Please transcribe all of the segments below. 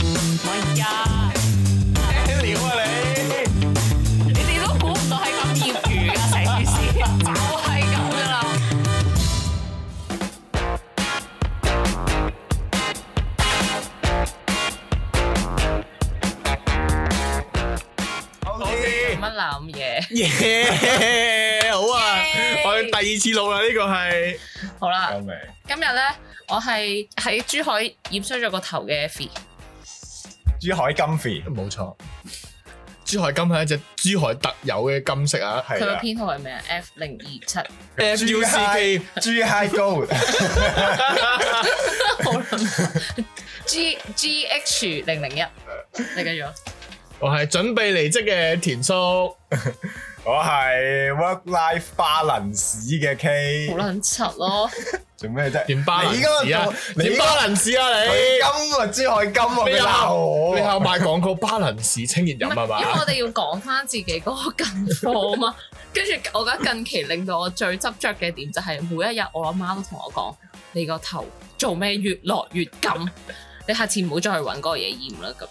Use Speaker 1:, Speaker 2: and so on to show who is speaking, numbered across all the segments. Speaker 1: 而家。
Speaker 2: 咩料啊你？
Speaker 1: 你哋都估唔到係咁業餘㗎，成件事就係咁噶啦。
Speaker 2: 好
Speaker 3: 乜
Speaker 2: 啲。
Speaker 3: 諗嘢？
Speaker 2: 耶！好啊，
Speaker 1: Yeah
Speaker 2: 我哋第二次錄啦，呢個係
Speaker 3: 好啦，
Speaker 2: 救命！
Speaker 3: 今日咧我係喺珠海染衰咗個頭嘅 Effie，
Speaker 2: 珠海金肥
Speaker 4: 冇錯，珠海金係一隻珠海特有嘅金色啊，
Speaker 3: 佢
Speaker 2: 係
Speaker 3: 個
Speaker 2: 啦
Speaker 3: 編號係咩啊？F 零二七，
Speaker 2: 珠海
Speaker 4: FUCK
Speaker 2: 珠海 Gold
Speaker 3: 好 諗 G G H 零零一，你繼續。
Speaker 4: 我係準備離職嘅田叔，
Speaker 2: 我係 work life balance 嘅 K，
Speaker 3: 好撚柒咯，
Speaker 2: 做咩啫？
Speaker 4: 點巴
Speaker 2: 你
Speaker 4: 能
Speaker 2: 嗰個
Speaker 4: 士啊？
Speaker 2: 你
Speaker 4: 點
Speaker 2: 嗰個
Speaker 4: 巴能士啊你？
Speaker 2: 金啊，珠海金啊，
Speaker 4: 你
Speaker 2: 你
Speaker 4: 又
Speaker 2: 鬧我
Speaker 4: 你
Speaker 2: 啊
Speaker 4: 又賣廣告巴能士清熱
Speaker 3: 唔係
Speaker 4: 飲係
Speaker 3: 因為
Speaker 4: 嘛
Speaker 3: 我？哋要講翻自己嗰個近況啊嘛。 跟住我覺得近期令到我最執着嘅點就係每一日我阿媽都同我講：你個頭做咩越落越金，你下次唔好再去揾嗰個嘢染啦咁樣。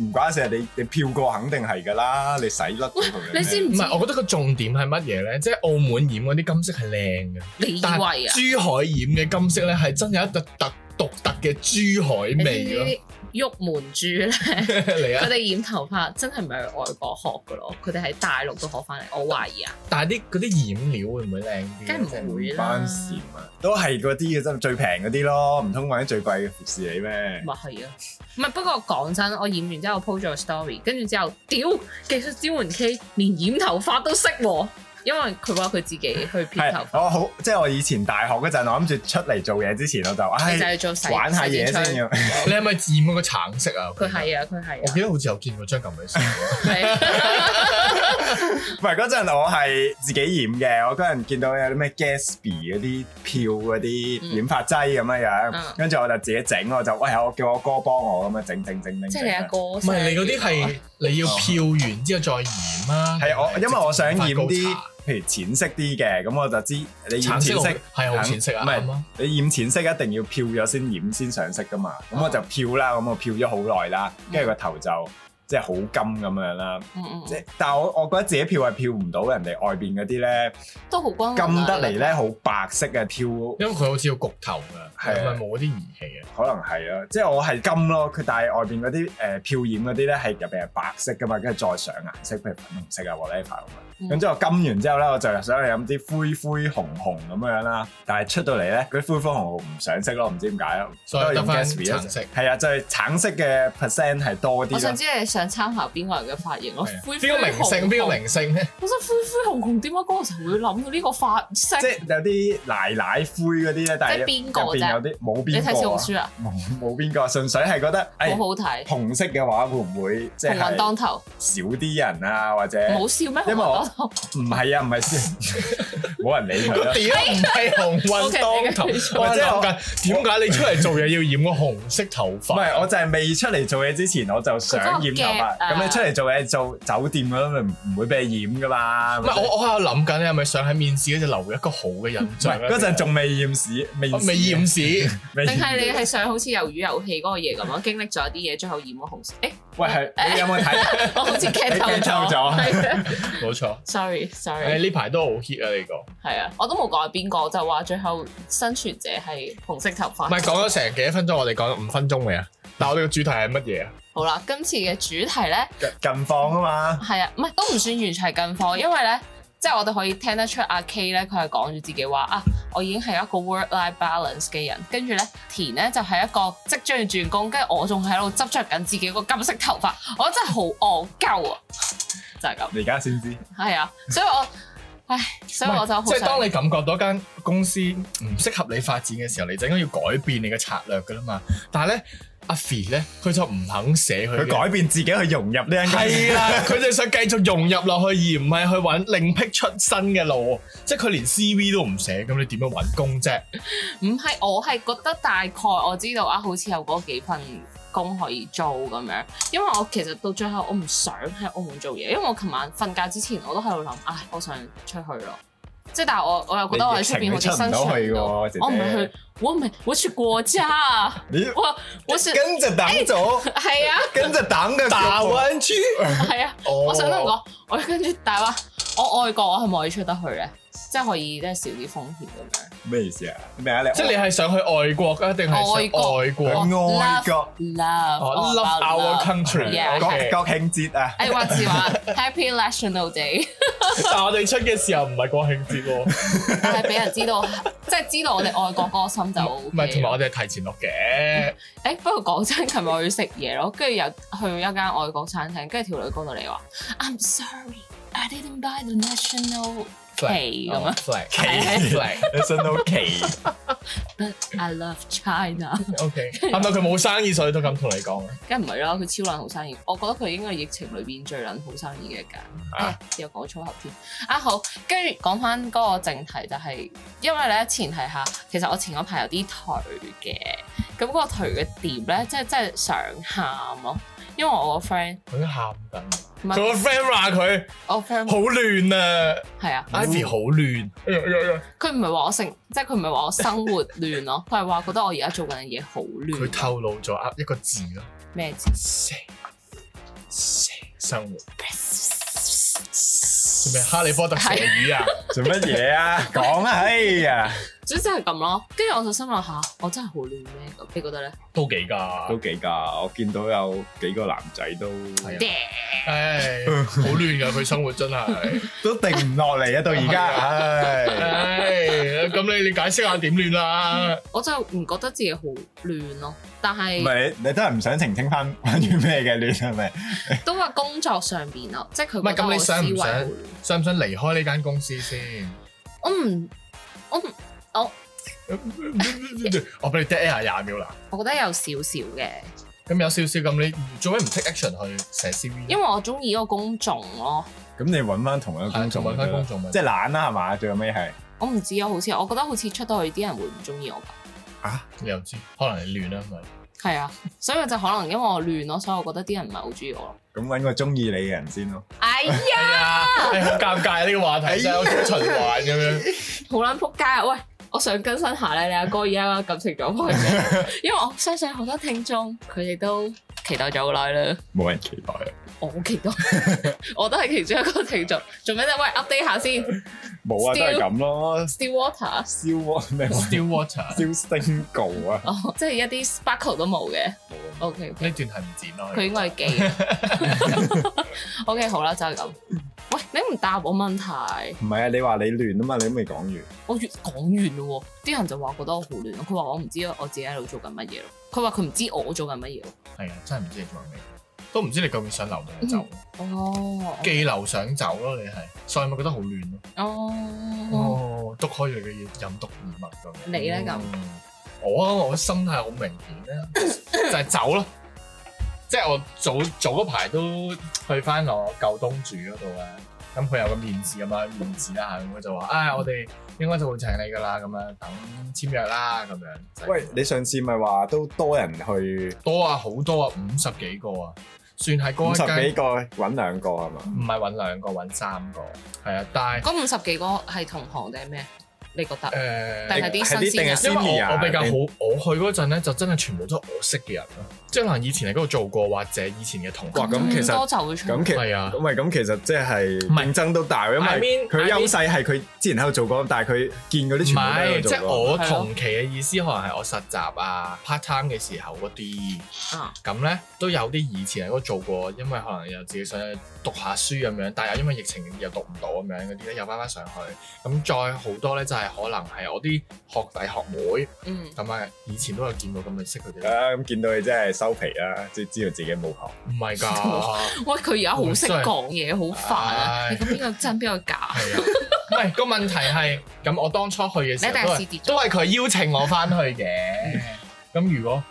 Speaker 2: 唔關事，啊你你票過肯定係㗎啦，你洗甩咗佢。
Speaker 3: 你知唔
Speaker 4: 唔
Speaker 3: 知？
Speaker 4: 係，我覺得個重點係乜嘢咧？即係澳門染嗰啲金色係靚嘅，
Speaker 3: 你以
Speaker 4: 但
Speaker 3: 為啊？
Speaker 4: 係珠海染嘅金色咧係真有一特特獨特嘅珠海
Speaker 3: 你
Speaker 4: 味咯。
Speaker 3: 知鬱門珠咧， 佢
Speaker 4: 嚟啊！
Speaker 3: 哋染頭髮真係唔係去外國學噶咯，佢哋喺大陸都學翻嚟。我懷疑啊，
Speaker 4: 但係啲嗰啲染料會唔會靚啲啊？
Speaker 3: 梗係
Speaker 2: 真係
Speaker 3: 唔會
Speaker 2: 唔
Speaker 3: 啦
Speaker 2: 關。事嘛，都係嗰啲嘅啫，最平嗰啲咯，唔通揾啲最貴嘅服侍你咩？
Speaker 3: 咪係啊，唔係不過講真，我染完之後我 po 咗個 story，跟住之後，屌技術支援 K 連染頭髮都識喎，因為佢話佢自己去
Speaker 2: 係
Speaker 3: 編頭髮，
Speaker 2: 我好，即係我以前大學嗰陣，我諗住出嚟做嘢之前，我就
Speaker 3: 佢就
Speaker 2: 唉
Speaker 3: 係做洗
Speaker 2: 玩下嘢先
Speaker 3: 洗
Speaker 2: 要。
Speaker 4: 你係咪染嗰個橙色啊？
Speaker 3: 佢係啊，佢係
Speaker 4: 我記
Speaker 3: 啊
Speaker 4: 得好似有見過張琴偉先。
Speaker 3: 係，
Speaker 2: 唔係嗰陣我係自己染嘅，我嗰陣見到有啲咩 Gatsby 嗰啲票嗰
Speaker 3: 嗯
Speaker 2: 啲染髮劑咁樣
Speaker 3: 嗯
Speaker 2: 樣，跟住我就自己整，我就喂我叫我哥幫我咁樣整整整整。
Speaker 3: 即係你 阿
Speaker 2: 整
Speaker 3: 哥唔
Speaker 4: 唔係你嗰啲
Speaker 3: 哦
Speaker 4: 係你要漂完之後再染啊？
Speaker 2: 係我，因為我想染啲
Speaker 4: 高
Speaker 2: 譬如淺色啲嘅，咁我就知你
Speaker 4: 茶
Speaker 2: 染
Speaker 4: 橙色
Speaker 2: 淺色
Speaker 4: 綠，係好淺色啊，
Speaker 2: 唔係
Speaker 4: 啱啊！
Speaker 2: 你染淺色一定要漂咗先染先上色噶嘛。咁我就漂啦，咁我漂咗好耐啦，跟住個頭就即係好金咁樣啦。
Speaker 3: 嗯
Speaker 2: 即
Speaker 3: 嗯，
Speaker 2: 係但係我我覺得自己漂係漂唔到人哋外邊嗰啲咧，
Speaker 3: 都好光啊
Speaker 2: 金得嚟啊咧好白色嘅漂，
Speaker 4: 因為佢好似要焗頭㗎，
Speaker 2: 係
Speaker 4: 係
Speaker 2: 啊
Speaker 4: 咪冇嗰啲儀器啊？
Speaker 2: 可能係啊，即係我係金咯，佢但係外邊嗰啲誒漂染嗰啲咧係入邊係白色噶嘛，跟住再上顏色，譬如粉紅色啊 whatever 咁啊。
Speaker 3: 嗯
Speaker 2: 咁之後金完之後咧，我就想去飲啲灰灰紅紅咁樣啦。但係出到嚟咧，嗰啲灰灰紅紅唔上色咯，唔知點解咯。
Speaker 4: 所以
Speaker 2: 都係用
Speaker 4: 得返
Speaker 2: Gatsby
Speaker 4: 橙色
Speaker 2: 係啊，就係橙色嘅 percent 係多
Speaker 3: 我
Speaker 2: 啲
Speaker 3: 想
Speaker 2: 咯。
Speaker 3: 知你想參考邊個人嘅髮型咯
Speaker 4: 係啊？
Speaker 3: 灰
Speaker 4: 邊個明星？邊個？明星咧？
Speaker 3: 我想灰灰紅紅點解嗰個時候會諗到呢個髮色？
Speaker 2: 即係有啲奶奶灰嗰啲咧，但係
Speaker 3: 即係邊個啫
Speaker 2: 入邊有啲冇
Speaker 3: 你
Speaker 2: 邊
Speaker 3: 睇小
Speaker 2: 個
Speaker 3: 紅
Speaker 2: 啊
Speaker 3: 書啊，
Speaker 2: 冇冇邊個，純粹係覺得
Speaker 3: 好
Speaker 2: 誒
Speaker 3: 好睇，
Speaker 2: 紅色嘅話會唔會哎即
Speaker 3: 紅雲
Speaker 2: 係
Speaker 3: 當頭，
Speaker 2: 少啲人啊，或者
Speaker 3: 冇笑咩？紅
Speaker 2: 因為
Speaker 3: 雲
Speaker 2: 我
Speaker 3: 當頭。
Speaker 2: 唔係啊，唔係先，冇人理佢
Speaker 4: 個
Speaker 2: 啦。
Speaker 4: 點唔係紅
Speaker 3: 啊 OK，
Speaker 4: 運當頭？
Speaker 3: 你繼續
Speaker 4: 我
Speaker 2: 即
Speaker 4: 真
Speaker 2: 係
Speaker 4: 係
Speaker 2: 我
Speaker 4: 諗緊點解你出嚟做嘢要染個紅色頭
Speaker 2: 唔係，
Speaker 4: 髮？
Speaker 2: 我就係未出嚟做嘢之前，我就想染頭
Speaker 3: 佢嗰
Speaker 2: 髮。
Speaker 3: 個夾啊
Speaker 2: 咁你出嚟做嘢做酒店咁，咪唔唔會俾你染噶嘛？
Speaker 4: 唔係我我喺度諗緊，你係咪想喺面試嗰陣留一個好嘅印
Speaker 2: 唔
Speaker 4: 象
Speaker 2: 係
Speaker 4: 咧？
Speaker 2: 嗰陣仲未染屎，未
Speaker 4: 我未染 屎，
Speaker 2: 未
Speaker 3: 定係你
Speaker 2: 染。
Speaker 3: 係想好似魷魚遊戲嗰個嘢咁樣，經歷咗一啲嘢，最後染咗 紅色。誒、
Speaker 2: 喂，係你有冇睇？
Speaker 3: 我好似劇透
Speaker 2: 你劇透
Speaker 3: 咗。
Speaker 2: 咗
Speaker 3: 係啊
Speaker 4: 冇錯。誒
Speaker 3: Sorry，sorry，
Speaker 4: 呢排都好 hit 啊呢個。
Speaker 3: 係啊，我都冇講係邊個，我就話最後生存者係紅色頭
Speaker 4: 唔
Speaker 3: 髮。
Speaker 4: 係講咗成幾多分鐘，我哋講咗五分鐘未啊？但係我哋個主題係乜嘢啊？
Speaker 3: 好啦，今次嘅主題咧，
Speaker 2: 近況啊嘛，
Speaker 3: 係啊，唔係都唔算完全係近況，因為咧，即係我哋可以聽得出阿 K 咧，佢係講住自己話啊，我已經係一個 work-life balance 嘅人，跟住咧田咧就係、一個即將要轉工，跟住我仲喺度執着緊自己個金色頭髮，我真係好戇鳩啊，就係、咁。
Speaker 2: 你而家先知。
Speaker 3: 係啊，所以我，唉，所以我就好
Speaker 4: 即係當
Speaker 3: 想，
Speaker 4: 你感覺到間公司唔適合你發展嘅時候，你就應該要改變你嘅策略噶啦嘛。但係咧，阿 Fee 咧，佢就唔肯寫佢嘅。
Speaker 2: 佢改變自己去融入呢間公司
Speaker 4: 係啦，佢就想繼續融入落去，而唔係去揾另辟出新嘅路。即係佢連 CV 都唔寫，咁你點樣揾工啫？
Speaker 3: 唔係我係覺得大概我知道啊，好似有嗰幾份工可以做咁樣，因為我其實到最後我唔想喺澳門做嘢，因為我琴晚瞓覺之前我都喺度諗，唉，我想出去咯，即係但係我我又覺得我喺出邊好似生存
Speaker 2: 你疫情你出唔
Speaker 3: 唔
Speaker 2: 到
Speaker 3: 到
Speaker 2: 去喎姐姐
Speaker 3: 我唔係去，我唔係我去國家，
Speaker 2: 你
Speaker 3: 我我是
Speaker 2: 跟着黨走，
Speaker 3: 係啊
Speaker 2: 跟着黨嘅腳步
Speaker 4: 大灣區，
Speaker 3: 係 啊，
Speaker 4: 哦
Speaker 2: 哦
Speaker 3: 我想同你講，我跟住大話，我外國我係咪可以出得去咧？即係可以即係少啲風險咁樣。
Speaker 2: 咩意思啊？咩啊？你
Speaker 4: 即係你係想去外國啊，定係想
Speaker 3: 外國
Speaker 4: 外國？
Speaker 2: 愛國
Speaker 3: love
Speaker 4: 哦
Speaker 3: all
Speaker 4: ，love
Speaker 3: about
Speaker 4: our
Speaker 3: love Yeah
Speaker 4: country。
Speaker 2: 國
Speaker 4: OK
Speaker 2: 國慶節啊！
Speaker 3: 誒話是話 Happy National Day，
Speaker 4: 但我哋出嘅時候唔係國慶節喎，
Speaker 3: 但係俾人知道， 即係知道我哋愛國歌心就 O
Speaker 4: 唔係同埋我
Speaker 3: K。
Speaker 4: 哋係提前錄嘅，
Speaker 3: 誒不過講真，琴日我去食嘢咯，跟住又去一間外國餐廳，跟住條女講到你話，I'm sorry。I didn't buy the national flag 咁啊樣
Speaker 4: 樣
Speaker 3: 係
Speaker 4: 哦，flag，flag，OK。
Speaker 2: 你信到奇，
Speaker 3: but I love China，
Speaker 4: 係咪佢冇生意所以都咁同你講？啊
Speaker 3: 梗唔係啦，佢超撚好生意，我覺得佢應該係疫情裏邊最撚好生意嘅一間。
Speaker 2: 啊
Speaker 3: 啊，又講粗口添。啊好，跟住講翻嗰個正題就係、因為咧前提下，其實我前嗰排有啲頹嘅，咁、嗰個頹嘅點咧，即係真係想喊咯，因為我個 friend，
Speaker 4: 佢喊緊，
Speaker 3: 唔
Speaker 4: 佢
Speaker 3: 係
Speaker 4: 個 friend 話佢
Speaker 3: 我 friend
Speaker 4: 好亂啊
Speaker 3: 係啊，
Speaker 4: ，Ivy 好亂，哎呀哎呀哎呀
Speaker 3: 佢唔係話我性，即係佢唔係話我生活亂咯，佢係話覺得我而家做緊嘅嘢好亂
Speaker 4: 佢，透露咗呃一個字咯，
Speaker 3: 咩字？
Speaker 4: 死死生活。做咩？哈利波特蛇魚啊！
Speaker 2: 做乜嘢啊？講啊！哎呀，
Speaker 3: 總之係咁咯，跟住我就心諗下，我真係好亂咩？咁你覺得咧？
Speaker 4: 都幾㗎
Speaker 2: 都，幾㗎，我見到有幾個男仔都
Speaker 4: 係啊唉，好亂㗎，佢生活真係。
Speaker 2: 都定唔落嚟啊！到而家，唉，
Speaker 4: 唉，咁你你解釋下點亂啦？
Speaker 3: 我真係唔覺得自己好亂咯，但
Speaker 2: 唔
Speaker 3: 係。
Speaker 2: 係你你都係唔想澄清翻 關於咩嘅亂係咪？
Speaker 3: 都話工作上邊咯，即係佢
Speaker 4: 唔係咁你想
Speaker 3: 覺得
Speaker 4: 唔想
Speaker 3: 我思維好亂
Speaker 4: 想唔想離開呢間公司先？
Speaker 3: 我唔，我唔，
Speaker 4: 我俾你 dead air 廿秒啦。
Speaker 3: 我覺得有少少嘅，
Speaker 4: 咁有少少咁，你做咩唔 take action 去寫 CV？
Speaker 3: 因為
Speaker 4: 為
Speaker 3: 我中意嗰個工種咯。
Speaker 2: 咁你揾翻同一個工
Speaker 4: 係
Speaker 2: 作咪
Speaker 4: 揾
Speaker 2: 得
Speaker 4: 翻
Speaker 2: 咯
Speaker 4: 工，作咪
Speaker 2: 即係懶啦係嘛？最後尾係
Speaker 3: 我唔知啊，好似我覺得好似出到去啲人會唔中意我㗎。
Speaker 4: 你又知，可能你亂啦，咪
Speaker 3: 係啊，所以我就可能因為我亂咯，所以我覺得啲人唔係好中意我咯。
Speaker 2: 咁揾個中意你嘅人先咯。
Speaker 3: 哎 呀，
Speaker 4: 係啊，係好尷尬呢個話題真係好似循環咁樣。
Speaker 3: 好撚仆街啊！喂，我想更新下咧，你阿哥而家感情狀況嘅， 因為我相信好多聽眾佢哋都期待咗好耐啦。
Speaker 2: 冇人期待啊，
Speaker 3: 我好期待， 我都係其中一個聽眾。做咩啫？喂，update 下先
Speaker 2: 冇啊，都係咁咯。
Speaker 3: ，Still Water。
Speaker 2: 燒咩話？
Speaker 4: Still water
Speaker 2: 燒 single 啊！
Speaker 3: 哦，即係一啲 sparkle 都冇嘅。O K，
Speaker 4: 呢段係唔剪咯，
Speaker 3: 哦佢應該係記嘅。O K，好啦，就係咁。喂，你唔答我問題，
Speaker 2: 唔係啊，你話你亂啊嘛，你都未講完。
Speaker 3: 我越講完咯喎，啲人就話覺得我好亂，佢話我唔知我自己喺度做緊乜嘢咯，佢話佢唔知我做緊乜嘢咯。
Speaker 4: 係啊，真係唔知你做緊咩，都唔知你究竟想留定係走，
Speaker 3: 哦，
Speaker 4: 既留想走咯，你係，所以咪覺得好亂咯。
Speaker 3: 哦，
Speaker 4: 哦，篤開你嘅嘢，任督二脈咁樣。
Speaker 3: 你咧咁
Speaker 4: 嗯？我啊，我心態好明顯 咧，就係走咯。即係我早早嗰排都去翻我舊東主嗰度啊，咁佢有個面試咁樣面試啦，咁佢就話：，唉、我哋應該就會請你噶啦，咁樣等簽約啦，咁樣。就係
Speaker 2: 喂，你上次咪話都多人去
Speaker 4: 多啊，好多啊，五十幾個啊，算係
Speaker 2: 五
Speaker 4: 嗰
Speaker 2: 十
Speaker 4: 一
Speaker 2: 幾
Speaker 4: 間，
Speaker 2: 個揾兩個係嘛？
Speaker 4: 唔係揾兩個，揾三個，係啊，但係
Speaker 3: 嗰五十幾個係同行定係咩？你覺
Speaker 4: 誒。
Speaker 3: 得？但係啲
Speaker 2: 係
Speaker 3: 新鮮
Speaker 2: 定
Speaker 3: 人
Speaker 4: 因
Speaker 2: 係
Speaker 4: 為我
Speaker 2: senior 啊
Speaker 4: 我比較好，我去嗰陣咧就真係全部都係我識嘅人咯，即係可能以前喺嗰度做過或者以前嘅同學
Speaker 2: 哇。咁其實
Speaker 3: 咁多就會出
Speaker 2: 咁其
Speaker 4: 係啊
Speaker 2: 咁咪咁其實即係
Speaker 4: 唔係
Speaker 2: 競爭都大，因
Speaker 4: I
Speaker 2: 為
Speaker 4: mean-
Speaker 2: 佢
Speaker 4: I mean-
Speaker 2: 優勢係佢之前喺度做過，但係佢見嗰
Speaker 4: 唔
Speaker 2: 啲全部
Speaker 4: 係，
Speaker 2: 都
Speaker 4: 即
Speaker 2: 喺
Speaker 4: 係
Speaker 2: 度做過。
Speaker 4: 我同期嘅意思，可能係我實習啊、part time 嘅時候嗰啲，
Speaker 3: 啊，
Speaker 4: 咁咧都有啲以前喺嗰度做過，因為可能又自己想讀下書啊咁樣，但係又因為疫情又讀唔到咁樣嗰啲咧，又翻翻上去。咁再好多咧，就係可能係我啲學弟學妹
Speaker 3: 嗯，
Speaker 4: 咁啊，以前都有見過，咁咪識佢 哋咯。
Speaker 2: 啊咁見到你真係收皮啦，即係知道自己冇學。
Speaker 4: 唔係㗎。
Speaker 3: 喂，佢而家好識講嘢，好煩啊！
Speaker 4: 唉
Speaker 3: 你咁邊個真邊個假？
Speaker 4: 係啊，唔係個問題係咁，我當初去嘅時
Speaker 3: 你一定係
Speaker 4: 候都
Speaker 3: 試
Speaker 4: 係
Speaker 3: 跌咗
Speaker 4: 都係佢邀請我翻去嘅。咁如果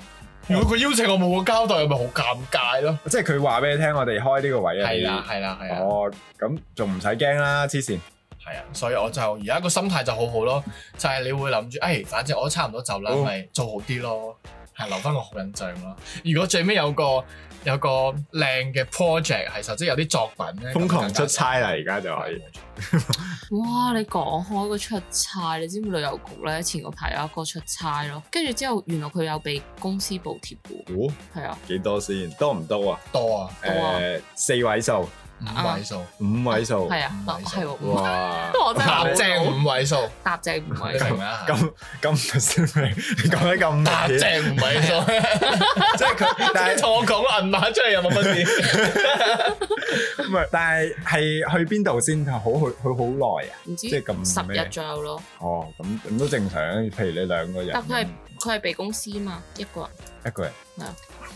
Speaker 4: 如果佢邀請我冇個交代，咪好尷尬咯。
Speaker 2: 即係佢話俾你聽，我哋開呢個位啊。
Speaker 4: 係啦，係啦，係啊，
Speaker 2: 哦，咁仲唔使驚啦，黐線。
Speaker 4: 係啊，所以我就而家個心態就好好咯，就係你會諗住，誒，反正我都
Speaker 2: 哦
Speaker 4: 差唔多走啦，
Speaker 2: 好
Speaker 4: 咪做好啲咯，係留翻個好印象咯。如果最尾有個有個靚嘅 project 係實，即係有啲作品咧
Speaker 2: 瘋狂出差啦，而家就可以。
Speaker 3: 哇！你講開個出差，你知唔知旅遊局咧前嗰排有一個出差咯，跟住之後原來佢有俾公司補貼嘅喎，
Speaker 2: 哦，
Speaker 3: 係啊，
Speaker 2: 幾多先？多唔多啊？
Speaker 4: 多啊，
Speaker 3: 多啊
Speaker 2: 誒，四位數，
Speaker 4: 五位數，
Speaker 2: 五位數。
Speaker 3: 係啊，
Speaker 4: 唔
Speaker 3: 啊
Speaker 4: 係
Speaker 3: 係喎，哇
Speaker 2: 哇！
Speaker 3: 我啊真
Speaker 4: 搭正
Speaker 3: 係
Speaker 4: 五位數，
Speaker 3: 搭正唔
Speaker 4: 你
Speaker 3: 係
Speaker 4: 明啦？
Speaker 2: 咁咁你講得咁
Speaker 4: 搭
Speaker 2: 明顯，
Speaker 4: 正五位數，
Speaker 2: 即係佢， 但係
Speaker 4: 同我講個銀碼出嚟有冇分 別？
Speaker 2: 唔係，但係係去邊度先？好去去好耐啊！
Speaker 3: 唔知
Speaker 2: 即係咁
Speaker 3: 十
Speaker 2: 咩
Speaker 3: 日左右咯，
Speaker 2: 哦，咁咁都正常。譬如你兩個人，
Speaker 3: 但佢係佢係俾公司嘛，一個人
Speaker 2: 一個人，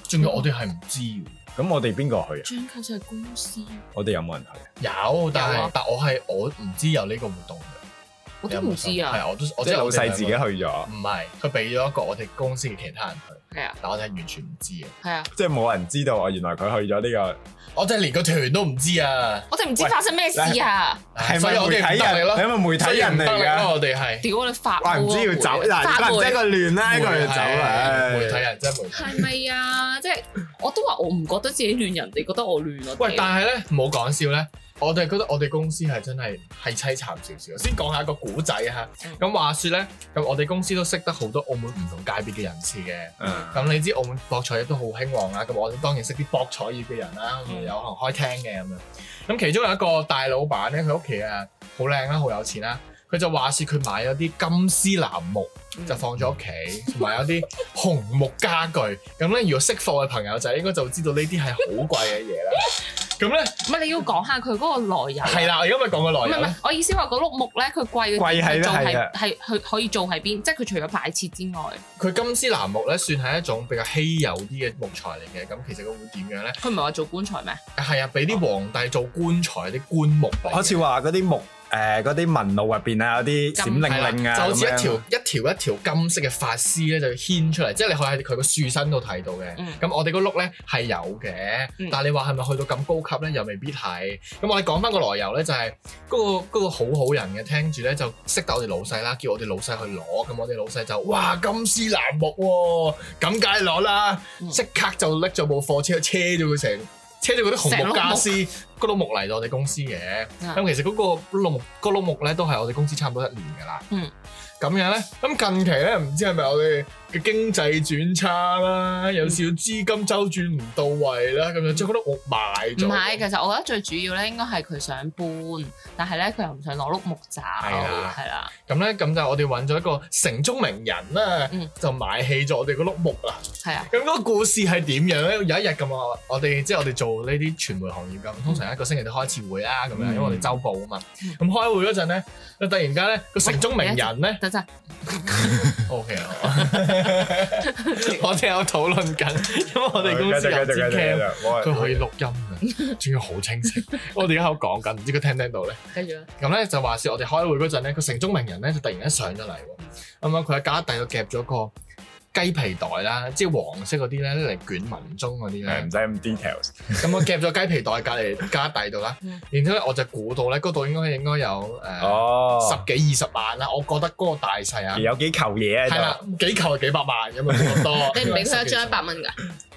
Speaker 4: 仲有我哋係唔知嘅。
Speaker 2: 咁我哋邊個去啊？
Speaker 3: 張卡就係公司，
Speaker 2: 我哋有冇人去啊？
Speaker 4: 有，但
Speaker 3: 有
Speaker 4: 係
Speaker 3: 啊
Speaker 4: 但我係我唔知有呢個活動嘅，
Speaker 3: 我都唔知
Speaker 4: 係
Speaker 3: 啊，
Speaker 4: 我都我
Speaker 2: 即係老細自己去
Speaker 4: 去，
Speaker 2: 咗，
Speaker 4: 唔係佢俾咗一個我哋公司嘅其他人去，
Speaker 3: 係啊
Speaker 4: 但我哋係完全唔知嘅，
Speaker 3: 係啊，
Speaker 2: 即係冇人知道啊！原來佢去咗呢
Speaker 4: 我哋連個團都唔知啊，
Speaker 3: 我哋唔知
Speaker 2: 喂
Speaker 3: 發生咩事啊，
Speaker 2: 個係
Speaker 4: 所以
Speaker 2: 咪
Speaker 4: 我
Speaker 2: 媒
Speaker 4: 哋唔
Speaker 2: 體
Speaker 4: 得你
Speaker 2: 人？
Speaker 4: 咯
Speaker 2: 你，係咪媒
Speaker 4: 所
Speaker 2: 體
Speaker 4: 以唔
Speaker 2: 人
Speaker 4: 得
Speaker 2: 嚟
Speaker 4: 你咯
Speaker 2: 㗎？
Speaker 4: 我哋係
Speaker 3: 屌你發
Speaker 2: 哇！
Speaker 3: 毛
Speaker 2: 唔知要走嗱，
Speaker 3: 發
Speaker 2: 嗱
Speaker 3: 霉
Speaker 2: 即係個亂啦，一個
Speaker 4: 媒
Speaker 2: 人
Speaker 4: 體
Speaker 2: 走啊啦。
Speaker 4: 媒體人真係媒體人。
Speaker 3: 係咪 啊？即係我都話我唔覺得自己亂，人哋覺得我亂咯。屌
Speaker 4: 喂，但係咧，唔好講笑咧，我哋覺得我哋公司係真係係凄慘少少。先講下一個古仔嚇，咁話說咧，咁我哋公司都識得好多澳門唔同界別嘅人士嘅。
Speaker 2: 嗯
Speaker 4: 咁你知澳門博彩業都好興旺啦，咁我當然識啲博彩業嘅人啦，
Speaker 3: 嗯
Speaker 4: 咁有可能開廳嘅咁樣。咁其中有一個大老闆咧，佢屋企啊好靚啦，好有錢啦。佢就話説佢買咗啲金絲楠木，
Speaker 3: 嗯
Speaker 4: 就放咗屋企，同埋有啲紅木家具。咁咧，如果識貨嘅朋友仔應該就知道呢啲係好貴嘅嘢啦。咁咧
Speaker 3: 唔係你要講下佢嗰個來由啊。
Speaker 4: 係啦，我而家咪講個
Speaker 3: 唔
Speaker 4: 來
Speaker 3: 係
Speaker 4: 由
Speaker 3: 唔
Speaker 4: 咧
Speaker 3: 係，，我意思話嗰碌木咧，佢貴嘅
Speaker 2: 貴係啦
Speaker 3: 做
Speaker 2: 係啦
Speaker 3: 係係佢可以做喺邊，即係佢除咗擺設之外，
Speaker 4: 佢金絲楠木咧算係一種比較稀有啲嘅木材嚟嘅。咁其實佢會點樣咧？
Speaker 3: 佢唔係話做棺材咩？
Speaker 4: 係啊，俾啲皇帝做棺材啲棺木嚟嘅。
Speaker 2: 好似話嗰啲木誒嗰啲紋路入邊啊，有啲閃
Speaker 4: 係啦
Speaker 2: 靈靈啊，
Speaker 4: 就好似一
Speaker 2: 咁樣
Speaker 4: 條一條一條金色嘅髮絲咧，就牽出嚟，即係你可以喺佢個樹身度睇到嘅。
Speaker 3: 嗯
Speaker 4: 咁我哋個碌咧係有嘅，
Speaker 3: 嗯
Speaker 4: 但係你話係咪去到咁高級咧，又未必係。咁我哋講翻個來由咧，就係、嗰、個嗰個好好人嘅，聽住咧就識得我哋老細啦，叫我哋老細去攞，咁我哋老細就哇金絲楠木喎、咁梗係攞啦，
Speaker 3: 嗯
Speaker 4: 即、刻就拎咗部貨車車咗佢成。車咗嗰啲紅木家私，嗰碌木嚟到我哋公司嘅。
Speaker 3: 嗯
Speaker 4: 咁其實嗰個碌木，嗰碌木咧都係我哋公司差唔多一年㗎啦。
Speaker 3: 嗯。
Speaker 4: 咁樣咧，咁近期咧唔知係咪我哋嘅經濟轉差啦，有少少資金周轉唔到位啦，咁樣將嗰碌木賣
Speaker 3: 唔
Speaker 4: 咗。
Speaker 3: 係，其實我覺得最主要咧，應該係佢想搬，但係咧佢又唔想攞碌木走，
Speaker 4: 啦
Speaker 3: 係啦，
Speaker 4: 咁咧，咁就我哋揾咗一個城中名人啦，
Speaker 3: 嗯
Speaker 4: 就買起咗我哋個碌木啦。
Speaker 3: 係啊，
Speaker 4: 咁嗰個故事係點樣咧？有一日咁我我哋即係我哋做呢啲傳媒行業咁，通常一個星期都開一次會啦，咁樣因為我哋周報啊嘛。
Speaker 3: 嗯
Speaker 4: 咁開會嗰陣咧，就突然間咧個城中名人咧
Speaker 3: 等陣，
Speaker 4: ，O K 我哋有討論緊，因為我哋公司有
Speaker 2: 繼續
Speaker 4: 支
Speaker 2: 繼續
Speaker 4: cam，
Speaker 2: 繼續冇人
Speaker 4: 佢可以錄音
Speaker 2: 嗯
Speaker 4: 嘅，仲要好清 晰。我哋而家喺度講緊，唔知佢聽唔聽到咧？
Speaker 3: 跟住咧，
Speaker 4: 咁咧就話説我哋開會嗰陣咧，個城中名人咧就突然間上咗嚟喎。咁樣佢喺家底度夾咗個雞皮袋啦，即係黃色嗰啲咧嚟捲文中嗰啲
Speaker 2: 誒
Speaker 4: 咧
Speaker 2: 唔。使咁 details。
Speaker 4: 咁我夾咗雞皮袋隔離 家底度啦
Speaker 3: 嗯。。
Speaker 4: 然之後咧我就估到咧嗰度應該應該有誒
Speaker 2: 哦，
Speaker 4: 十幾二十萬啦。我覺得嗰個大細啊，
Speaker 2: 有幾球嘢喺
Speaker 4: 係啦
Speaker 2: 度。，
Speaker 4: 幾球係幾百萬咁 樣咁多
Speaker 3: 你唔俾佢一張一百蚊㗎？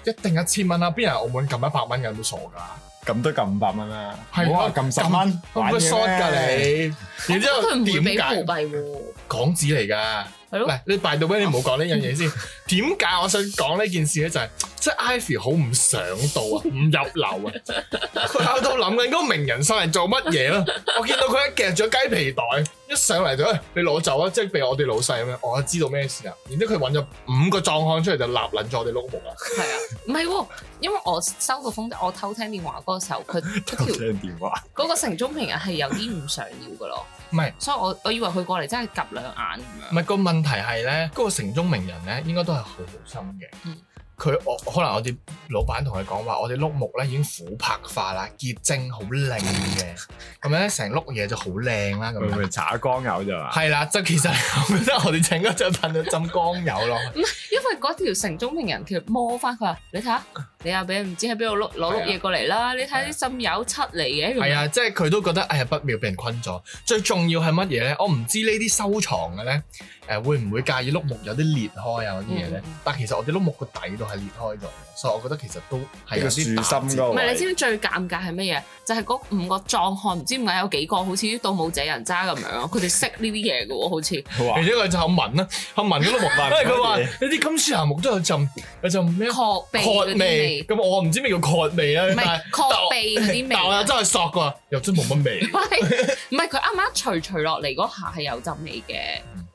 Speaker 4: 一定一千蚊啦，邊有人澳門撳一百蚊嘅都傻㗎？
Speaker 2: 咁都撳五百蚊啦，
Speaker 4: 係
Speaker 2: 唔好話撳十蚊，
Speaker 4: 會唔會 short 㗎你？然之後
Speaker 3: 佢唔會
Speaker 4: 點
Speaker 3: 俾澳幣
Speaker 4: 解
Speaker 3: 喎，
Speaker 4: 港紙嚟㗎？
Speaker 3: 係咯，
Speaker 4: 嗱，你 by the way 你唔好講呢樣 嘢先。點解我想講呢件事咧？就係即係 Ivy 好唔上道 啊，唔入流啊。佢喺度諗緊嗰個名人上嚟做乜 嘢啦？我見到佢一夾咗雞皮袋，一上嚟就喂你攞走啊，即係俾我哋老細咁樣。我知道咩事啊？然之後佢揾咗五個壯漢出嚟就立撚咗我哋碌木啊！
Speaker 3: 係啊，唔係喎，因為我收個風，我偷聽電話嗰個時候，佢 嗰條
Speaker 2: 聽電話，
Speaker 3: 嗰個城中名人係有啲唔想要㗎咯，
Speaker 4: 唔係。
Speaker 3: 所以我我以為佢過嚟真係夾兩眼咁樣
Speaker 4: 唔。係個問題係咧，嗰、個城中名人咧應該都係好好心嘅
Speaker 3: 嗯。
Speaker 4: 佢我可能我哋老闆同佢講話，我哋碌木咧已經琥珀化啦，結晶好靚 嘅，咁樣咧成碌嘢就好靚啦咁
Speaker 2: 會唔
Speaker 4: 樣
Speaker 2: 會。搽光油啫嘛？
Speaker 4: 係啦，即係其實我覺得我哋整 嗰陣噴咗浸光油咯，
Speaker 3: 因為嗰條城中名人佢摸翻佢話：你睇下你又俾唔知喺邊度碌攞碌嘢過嚟啦，你睇啲浸友出嚟嘅，原來
Speaker 4: 啊係啊，即係佢都覺得哎呀不妙，被人困咗。最重要係乜嘢咧？我唔知呢啲收藏嘅咧，誒會唔會介意碌木有啲裂開啊嗰啲嘢咧？
Speaker 3: 嗯
Speaker 4: 但其實我哋碌木個底度係裂開咗嘅，所以我覺得其實都係有
Speaker 2: 個樹心
Speaker 4: 啲膽
Speaker 2: 嗰個
Speaker 3: 唔係你知
Speaker 2: 位，
Speaker 3: 唔知最尷尬係乜嘢？就係、嗰五個壯漢，唔知點解有幾個好似啲盜墓者人渣咁樣，啊佢哋識呢啲嘢嘅喎，好 似
Speaker 2: 佢話
Speaker 4: 而且佢就聞啦，佢聞嗰碌木， 因為佢話
Speaker 2: 聞乜
Speaker 4: 有啲金絲楠木都有陣有陣咩
Speaker 3: 確鼻嗰
Speaker 4: 殼
Speaker 3: 啲
Speaker 4: 味，
Speaker 3: 味，
Speaker 4: 咁我唔知咩叫殼味啦，
Speaker 3: 唔
Speaker 4: 但
Speaker 3: 係
Speaker 4: 係
Speaker 3: 確鼻嗰啲
Speaker 4: 但我又
Speaker 3: 味。
Speaker 4: 真係索過，又真冇乜味。
Speaker 3: 唔係佢啱啱除除落嚟嗰下係有陣味嘅，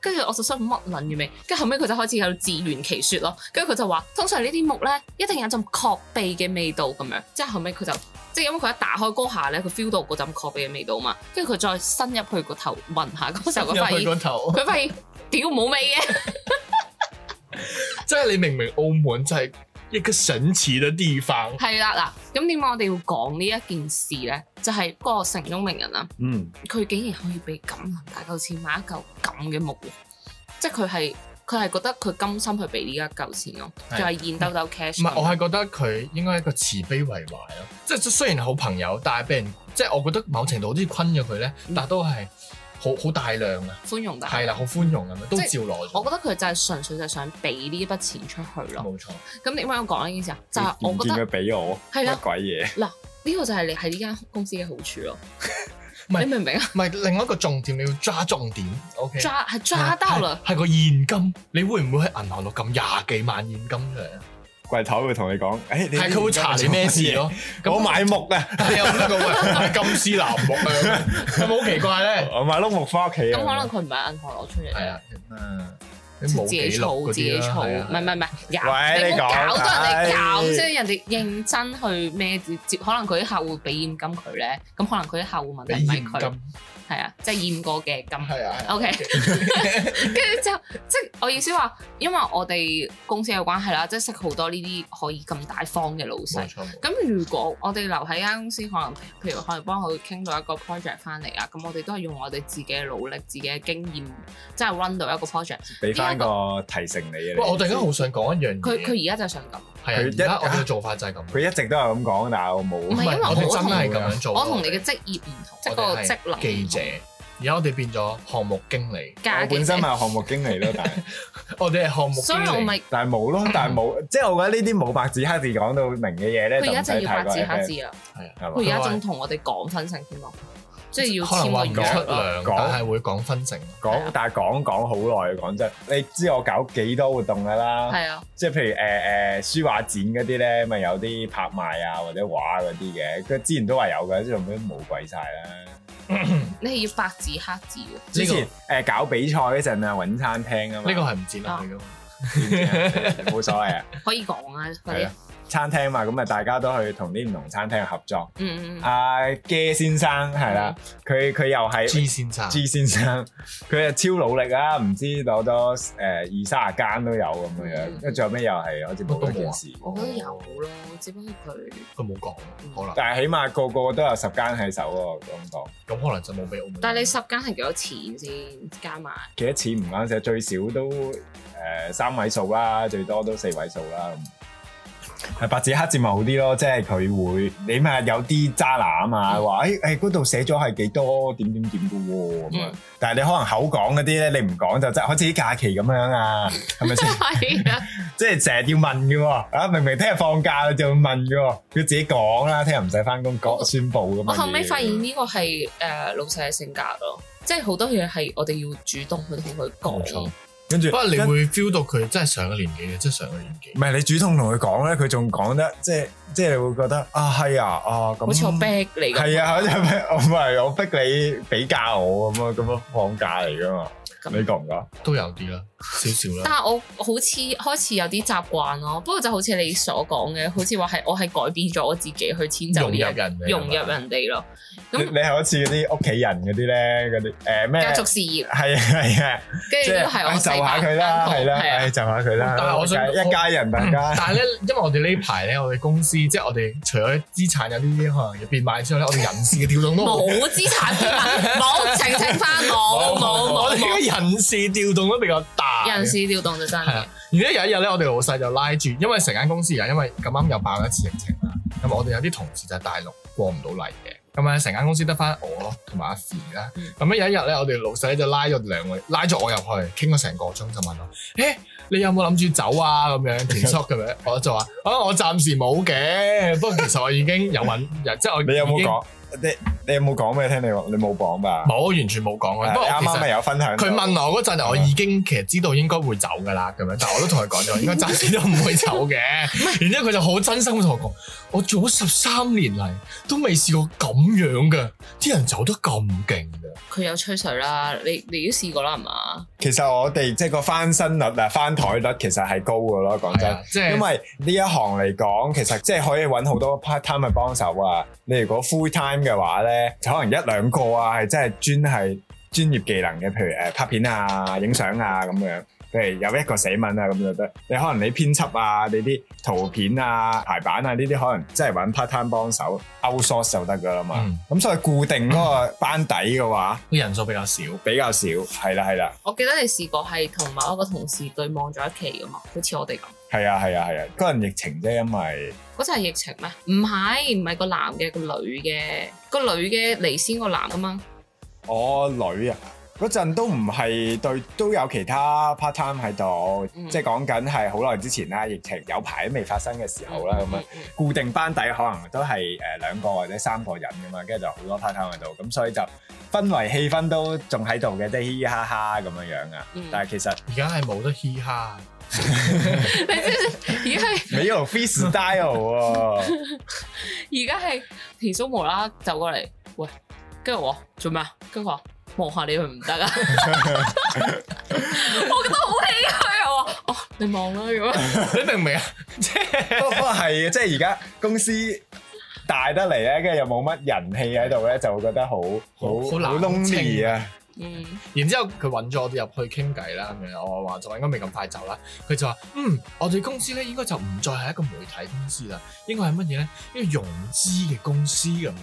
Speaker 3: 跟住我就心諗乜撚嘅味，跟住後尾佢就開始喺度自圓其説咯，跟住佢就話通常呢啲木咧一定有陣確鼻嘅味道咁樣，即係後尾佢就即係因為佢一打開嗰下咧，佢 feel 到嗰陣確鼻嘅味道嘛，跟住佢再伸入去個頭聞下，嗰時候佢發
Speaker 4: 入去
Speaker 3: 現
Speaker 4: 個頭，
Speaker 3: 佢發現屌冇味嘅。
Speaker 4: 即係你明明澳門就係一個神奇嘅地方，
Speaker 3: 係啦，嗱，咁點解我哋要講呢一件事咧？就係、嗰個城中名人啊，
Speaker 2: 嗯，
Speaker 3: 佢竟然可以俾咁能大嚿錢買一嚿咁嘅木喎，即係佢係佢係覺得佢甘心去俾呢一嚿錢咯，就
Speaker 4: 係
Speaker 3: 係現兜兜
Speaker 4: 唔
Speaker 3: cash 咁。
Speaker 4: 係我係覺得佢應該係一個慈悲為懷咯。即係雖然好朋友，但係俾人即係我覺得某程度好似坤咗佢咧，
Speaker 3: 嗯
Speaker 4: 但都係好好大量啊，
Speaker 3: 寬容大家
Speaker 4: 係啦，好寬容咁樣，都
Speaker 3: 即
Speaker 4: 照
Speaker 3: 係
Speaker 4: 攞
Speaker 3: 我
Speaker 4: 咗。
Speaker 3: 覺得佢就係純粹就係想俾呢筆錢出去咯。
Speaker 4: 冇錯，
Speaker 3: 咁點解我講呢件事啊？就係、
Speaker 2: 唔
Speaker 3: 我覺
Speaker 2: 見佢
Speaker 3: 得
Speaker 2: 俾我，
Speaker 3: 係啦
Speaker 2: 乜鬼嘢？
Speaker 3: 呢個就係你喺呢間公司嘅好處咯。
Speaker 4: 唔係
Speaker 3: 你明唔明啊？
Speaker 4: 唔係另外一個重點，你要抓重點。O K，
Speaker 3: 抓係抓到啦！
Speaker 4: 係個現金，你會唔會喺銀行度撳廿幾萬現金出嚟啊？
Speaker 2: 櫃頭會同你講，誒，你
Speaker 4: 係佢會查你咩事？ 咯。
Speaker 2: 我買木啊，
Speaker 4: 係啊，咁樣嘅喂，金絲楠 木啊，係咪好奇怪咧？
Speaker 2: 我買碌木翻屋企
Speaker 3: 咁
Speaker 2: 啊。
Speaker 3: 可能佢唔係銀行攞出嚟。
Speaker 4: 係啊，嗯，你
Speaker 3: 自
Speaker 4: 冇
Speaker 3: 己
Speaker 4: 記
Speaker 3: 儲
Speaker 4: 錄嗰
Speaker 3: 自己
Speaker 4: 啲啦，
Speaker 3: 儲，
Speaker 4: 係啊
Speaker 3: 唔係唔係唔係，
Speaker 2: 喂
Speaker 3: 有
Speaker 2: 你
Speaker 3: 你冇
Speaker 2: 講
Speaker 3: 搞到人哋搞
Speaker 2: 唉
Speaker 3: 先，人哋認真去咩接接，可能佢啲客戶俾現金佢咧，咁可能佢啲客戶問題
Speaker 4: 俾
Speaker 3: 唔
Speaker 4: 現
Speaker 3: 係
Speaker 4: 金，
Speaker 3: 佢，
Speaker 4: 係
Speaker 3: 係啊，即係驗過嘅金。
Speaker 4: 啊，係啊
Speaker 3: OK，跟住之後，即係我意思話，因為我哋公司有關係啦，即係識好多呢啲可以咁大方嘅老細
Speaker 4: 冇。錯冇錯。
Speaker 3: 咁如果我哋留喺間公司，可能譬如可能幫佢傾到一個 project 翻嚟啊，咁我哋都係用我哋自己嘅努力、自己嘅經驗，即係 run 到一個 project。
Speaker 2: 俾翻個提醒你嘅。
Speaker 4: 喂，我突然間好想講一樣嘢，
Speaker 3: 佢佢而家就係想咁。
Speaker 4: 係啊，
Speaker 2: 佢
Speaker 4: 而
Speaker 2: 一
Speaker 4: 家我哋嘅做法就係咁，
Speaker 2: 佢一直都係咁講，但係我
Speaker 3: 唔係
Speaker 2: 冇。
Speaker 3: 因為
Speaker 4: 我哋真係
Speaker 3: 我
Speaker 4: 咁樣做。
Speaker 3: 我同你嘅職業唔同，即係個
Speaker 4: 我哋係
Speaker 3: 職能唔同
Speaker 4: 記者，而家我哋變咗項目經理，
Speaker 3: 加
Speaker 2: 我
Speaker 3: 記
Speaker 2: 本
Speaker 3: 者
Speaker 2: 身，係項目經理咯，但係
Speaker 4: 我哋係項目經
Speaker 3: 所以我
Speaker 4: 理。
Speaker 3: 咪
Speaker 2: 但係
Speaker 3: 嗯
Speaker 2: 冇咯，但係冇，即係我覺得呢啲冇白紙黑字講到明嘅嘢
Speaker 3: 佢
Speaker 2: 咧，就
Speaker 3: 而家就
Speaker 2: 唔使
Speaker 3: 要
Speaker 2: 太
Speaker 3: 白
Speaker 2: 過
Speaker 3: 紙黑
Speaker 2: FM，
Speaker 3: 字啦，
Speaker 4: 係啊，
Speaker 2: 係
Speaker 3: 佢
Speaker 2: 嘛？
Speaker 3: 而家仲同我哋講分成添咯，即係要
Speaker 4: 可能話
Speaker 3: 簽
Speaker 4: 唔
Speaker 3: 個約啊
Speaker 4: 出
Speaker 3: 咯。
Speaker 4: 糧，
Speaker 2: 講
Speaker 4: 但係會講分成。
Speaker 3: 係啊
Speaker 2: 講但係講講好耐，講真，你知我搞幾多活動㗎啦？
Speaker 3: 係啊，
Speaker 2: 即係譬如誒誒、呃書畫展嗰啲咧，咪有啲拍賣啊或者畫嗰啲嘅，佢之前都話有嘅，之後尾都冇鬼晒啦。
Speaker 3: 你係要白紙黑字嘅。
Speaker 2: 之前誒、呃搞比賽嗰陣啊，揾餐廳啊嘛，
Speaker 4: 呢個係唔剪落去噶嘛？
Speaker 2: 啊冇所謂啊，
Speaker 3: 可以講啊嗰
Speaker 2: 係
Speaker 3: 啲
Speaker 2: 啊，餐廳嘛，咁啊大家都去同啲唔同餐廳合作。
Speaker 3: 嗯嗯嗯，
Speaker 2: 阿 G 先生係啦，佢佢又係
Speaker 4: G 先生，
Speaker 2: G 先生，佢係超努力啊，唔知攞多誒二三十間都有咁樣樣，跟住最後尾又係好似冇咗件事。
Speaker 3: 我覺得有咯，只不過佢
Speaker 4: 佢冇講，可能
Speaker 2: 但係起碼個個都有十間喺手喎，咁講
Speaker 4: 咁可能就冇俾澳門。
Speaker 2: 嗯
Speaker 3: 但係你十間係幾多錢先加 埋？
Speaker 2: 幾多錢唔關事，最少都誒三位數啦，最多都四位數啦咁。係白紙黑字咪好啲咯，即係佢會你咪有啲渣男啊嘛，話誒誒嗰度寫咗係幾多點點點嘅喎咁啊
Speaker 3: 嗯，
Speaker 2: 但係你可能口講嗰啲咧，你唔講就真係好似啲假期咁樣啊，係咪先？
Speaker 3: 係啊，
Speaker 2: 即係成日要問嘅喎，啊明明聽日放假你就要問嘅喎，要自己講啦，聽日唔使翻工講宣佈咁
Speaker 3: 我
Speaker 2: 嘛。
Speaker 3: 後尾
Speaker 2: 要
Speaker 3: 發現呢個係誒老細嘅性格咯，即係好多嘢係我哋要主動去同佢
Speaker 4: 冇錯
Speaker 3: 講。
Speaker 2: 跟住
Speaker 4: 不過你會 feel 到佢真係上咗年紀嘅，真係上咗年紀
Speaker 2: 唔。係你主動同佢講咧，佢仲講得即係即係你會覺得啊係啊啊咁，
Speaker 3: 好似我逼你咁。
Speaker 2: 係啊，好似我逼我唔係我逼你比較我咁啊，咁樣放假嚟噶嘛，
Speaker 3: 咁
Speaker 2: 你覺唔覺？
Speaker 4: 都有啲啦，少少
Speaker 3: 但
Speaker 4: 啦。
Speaker 3: 係我好似開始有啲習慣咯，不過就好似你所講嘅，好似話係我係改變咗我自己去遷就
Speaker 4: 融入
Speaker 3: 呢
Speaker 4: 人
Speaker 3: 人，
Speaker 4: 哋，
Speaker 3: 融入人嗯哋咯。
Speaker 2: 你
Speaker 3: 咁
Speaker 2: 你係好似嗰啲屋企人嗰啲咧，嗰啲誒咩？
Speaker 3: 家族事業，
Speaker 2: 係啊係啊，
Speaker 3: 跟
Speaker 2: 即
Speaker 3: 住都
Speaker 2: 係
Speaker 3: 係我
Speaker 2: 哎唉就下佢啦，係啦，
Speaker 3: 啊
Speaker 2: 唉就下佢啦。
Speaker 4: 但係我想
Speaker 2: 一家人大家
Speaker 4: 但係咧，因為我哋呢排咧，我哋公司即係我哋除咗資產有啲可能要變賣之外咧，我哋人事嘅調動都好
Speaker 3: 冇資啊產變賣，冇澄清翻我，冇
Speaker 4: 我
Speaker 3: 冇
Speaker 4: 哋
Speaker 3: 冇。
Speaker 4: 嘅人事調動都比較大啊！
Speaker 3: 人事調動就真
Speaker 4: 係
Speaker 3: 嘅
Speaker 4: 啊，然之後有一日咧，我哋老細就拉住，因為成間公司而家因為咁啱又爆一次疫情啦，咁我哋有啲同事就係大陸過唔到嚟嘅，咁啊成間公司得翻我咯，同埋阿 Fee 啦。
Speaker 2: 嗯
Speaker 4: 咁咧啊有一日咧，我哋老細咧就拉咗兩個，拉咗我入去，傾咗成個鐘就問我：，誒、你有冇諗住走啊？咁樣田叔咁 樣，我就話：，啊，我暫時冇嘅，不過其實我已經有揾，即係我
Speaker 2: 你有
Speaker 4: 已
Speaker 2: 冇
Speaker 4: 經
Speaker 2: 講？你你有冇講俾佢聽？你話你冇講吧？
Speaker 4: 冇完全冇講嘅，
Speaker 2: 啊
Speaker 4: 不
Speaker 2: 你
Speaker 4: 過
Speaker 2: 啱
Speaker 4: 其實
Speaker 2: 啱咪有分享到。
Speaker 4: 佢問我嗰
Speaker 2: 啊
Speaker 4: 陣，我已經其實知道應該會走噶啦，咁樣，但我都同佢講咗，應該暫時都唔會走 嘅。然之後佢就好真心咁同我講：我做咗十三年嚟都未試過咁樣嘅，啲人走得咁勁嘅。
Speaker 3: 佢有吹水啦，你你都試過啦係嘛？
Speaker 2: 其實我哋即係個翻身率啊、翻台率其實係高嘅咯，講
Speaker 4: 係
Speaker 2: 真
Speaker 4: 啊。，即
Speaker 2: 因
Speaker 4: 係
Speaker 2: 為呢一行嚟講，其實即係可以揾好多 part time 嘅幫手啊。你如果 full time 嘅話咧，就可能一兩個啊，係真係專係專業技能嘅，譬如誒拍片啊、影相啊咁樣。譬如有一個寫文啊咁就得。你可能你編輯啊、你啲圖片啊、排版啊呢啲，可能真係揾 part time 幫手 outsource 就得噶啦嘛。
Speaker 4: 嗯，
Speaker 2: 咁、所以固定嗰個班底嘅話
Speaker 4: 個人數比較少。
Speaker 2: 比較少，係啦係啦。
Speaker 3: 我記得你試過係同某一個同事對望咗一期噶嘛，好似我哋咁。
Speaker 2: 係啊係啊係啊，嗰陣疫情啫，因為
Speaker 3: 嗰陣係疫情咩？唔係，唔係個男嘅，個女嘅，個女嘅嚟先個男噶嘛。
Speaker 2: 我女啊嗰陣都唔係對，都有其他 part time 喺度，
Speaker 3: 嗯
Speaker 2: 即係講緊係好耐之前啦，疫情有排都未發生嘅時候啦，咁樣
Speaker 3: 嗯嗯
Speaker 2: 固定班底可能都係誒兩個或者三個人咁樣，跟住就好多 part time 喺度，咁所以就氛圍氣氛都仲喺度嘅，即係嘻嘻哈哈咁樣樣啊。
Speaker 3: 嗯
Speaker 2: 但係其實
Speaker 4: 而家係冇得嘻 哈，
Speaker 3: 你知 唔知而家係
Speaker 2: 美容 freestyle 喎，
Speaker 3: 而家係田叔無啦啦走過嚟，喂，跟住我話做咩啊？跟住佢話望下你佢唔得 啊！我覺得好唏噓啊！我話哦，你望啦咁樣。
Speaker 4: 你明唔明啊？即係
Speaker 2: 不不過係嘅，即係而家公司。大得嚟咧，跟住又冇乜人氣喺度咧，就會覺得好好
Speaker 4: 好冷
Speaker 2: 好 lonely 啊！
Speaker 3: 嗯，
Speaker 4: 然之後佢揾咗我哋入去傾偈啦，咁樣我話就應該未咁快走啦。佢就話：嗯，我哋公司咧應該就唔再係一個媒體公司啊啦，應該係乜嘢咧？一個融資嘅公司咁樣。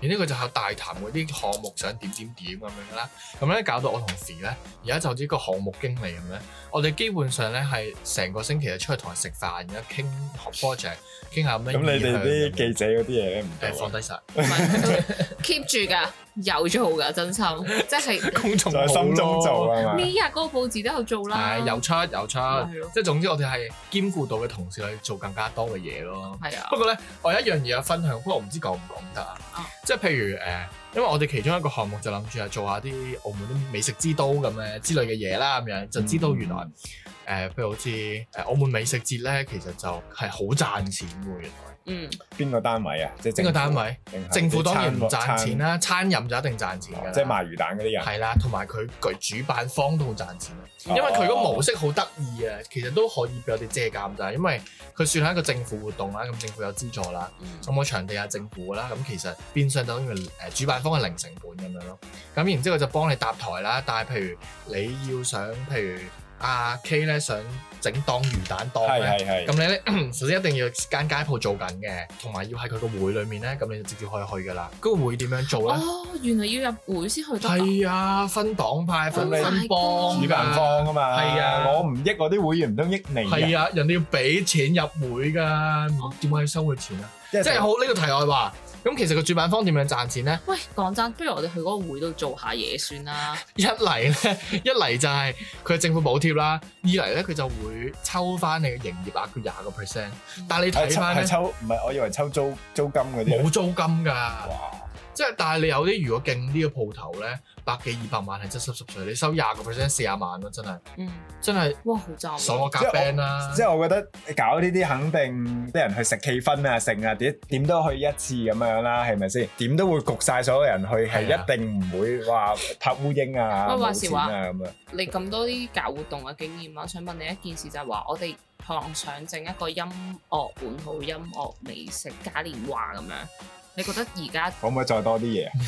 Speaker 4: 然之後佢就喺度大談嗰啲項目想點點點咁樣啦。咁咧搞到我同事咧，而家就好似一個項目經理咁樣。我哋基本上咧係成個星期就出去同人食飯，然後傾學 project，傾下咩
Speaker 2: 咁
Speaker 4: 意
Speaker 2: 你哋啲
Speaker 4: 向咁樣啊
Speaker 2: 記者嗰啲嘢咧唔
Speaker 4: 誒
Speaker 2: 做
Speaker 4: 放
Speaker 2: 啊，
Speaker 4: 低晒，
Speaker 3: 唔係 keep 住㗎，有做㗎，真心即係
Speaker 4: 公眾
Speaker 2: 就係心中做啊嘛。
Speaker 3: 呢日嗰個報紙都有做啦，
Speaker 4: 係有出有出
Speaker 3: 係咯，
Speaker 4: 即係總之我哋係兼顧到嘅同事去做更加多嘅嘢咯。
Speaker 3: 係啊
Speaker 4: 不，過咧，我有一樣嘢有分享，不過我唔知講唔講得啊
Speaker 3: 啊。
Speaker 4: 即係譬如誒、呃因為我哋其中一個項目就諗住係做下啲澳門啲美食之都咁嘅之類嘅嘢啦，咁樣就知
Speaker 3: 嗯
Speaker 4: 道原來誒、呃譬如好似誒澳門美食節咧，其實就係好賺錢喎。原來
Speaker 3: 嗯，
Speaker 2: 邊個單位啊？即係
Speaker 4: 整個單位，
Speaker 2: 位
Speaker 4: 政府當然唔賺錢，啦，餐飲就一定賺錢㗎啦。
Speaker 2: 哦即係賣魚蛋嗰啲人。
Speaker 4: 係啦，同埋佢佢主辦方都好賺錢啦，因
Speaker 2: 哦
Speaker 4: 為佢個模式好得意啊，其實都可以俾我哋借鑑㗎，因為佢算係一個政府活動啦，咁政府有資助啦，
Speaker 3: 嗯
Speaker 4: 咁個場地係政府㗎啦，咁其實變相等於誒主辦方係零成本咁樣咯，咁然之後就幫你搭台啦，但係譬如你要想譬如阿 K 咧想整當魚蛋檔
Speaker 2: 係
Speaker 4: 咧。
Speaker 2: 係係
Speaker 4: 咁。你咧 首先一定要間街鋪做緊嘅，同埋要喺佢個會裏面咧，咁你就直接可以去㗎啦。嗰個會點樣做
Speaker 2: 啊
Speaker 4: 咧？
Speaker 3: 哦，原來要入會先去得㗎。
Speaker 4: 係啊，分黨派、分
Speaker 2: 咁你
Speaker 4: 分幫、
Speaker 2: 主辦方啊嘛，
Speaker 4: 係啊
Speaker 2: 我唔益我啲會員，唔通益你
Speaker 4: 係
Speaker 2: 啊？
Speaker 4: 啊，人哋要俾錢入會噶，點解要收佢錢啊？
Speaker 2: 即
Speaker 4: 即係好呢個題外話。咁其實個主辦方點樣賺錢咧？
Speaker 3: 喂，講真，不如我哋去嗰個會度做下嘢算啦。
Speaker 4: 一嚟咧，一嚟就係佢政府補貼啦；二嚟咧，佢就會抽翻你嘅營業額佢廿個 percent。但係你
Speaker 2: 係
Speaker 4: 睇
Speaker 2: 抽
Speaker 4: 翻
Speaker 2: 係
Speaker 4: 咧，
Speaker 2: 抽，啊唔係我以為抽租租金嗰啲。
Speaker 4: 冇租金㗎。
Speaker 2: 哇！
Speaker 4: 即係但係你有啲如果勁啲嘅鋪頭咧，百幾二百萬係真濕濕碎，你收廿個 percent 四廿萬咯，真係
Speaker 3: 嗯，
Speaker 4: 真係
Speaker 3: 哇，好賺
Speaker 2: 啊
Speaker 4: 爽
Speaker 3: 喎。
Speaker 4: 我夾 band 啦。
Speaker 2: 哦即係我覺得搞呢啲肯定啲人去食氣氛啊、剩啊，點點都去一次咁樣啦，係咪先？點都會焗晒所有人去，係
Speaker 4: 係啊
Speaker 2: 一定唔會話拍烏蠅啊、
Speaker 3: 喂話
Speaker 2: 冇
Speaker 3: 時
Speaker 2: 錢
Speaker 3: 話
Speaker 2: 啊咁樣。
Speaker 3: 你咁多啲搞活動嘅經驗啦，啊想問你一件事就係話，我哋可能想整一個音樂本土音樂美食嘉年華咁樣，你覺得而家
Speaker 2: 可唔可以再多啲嘢？啊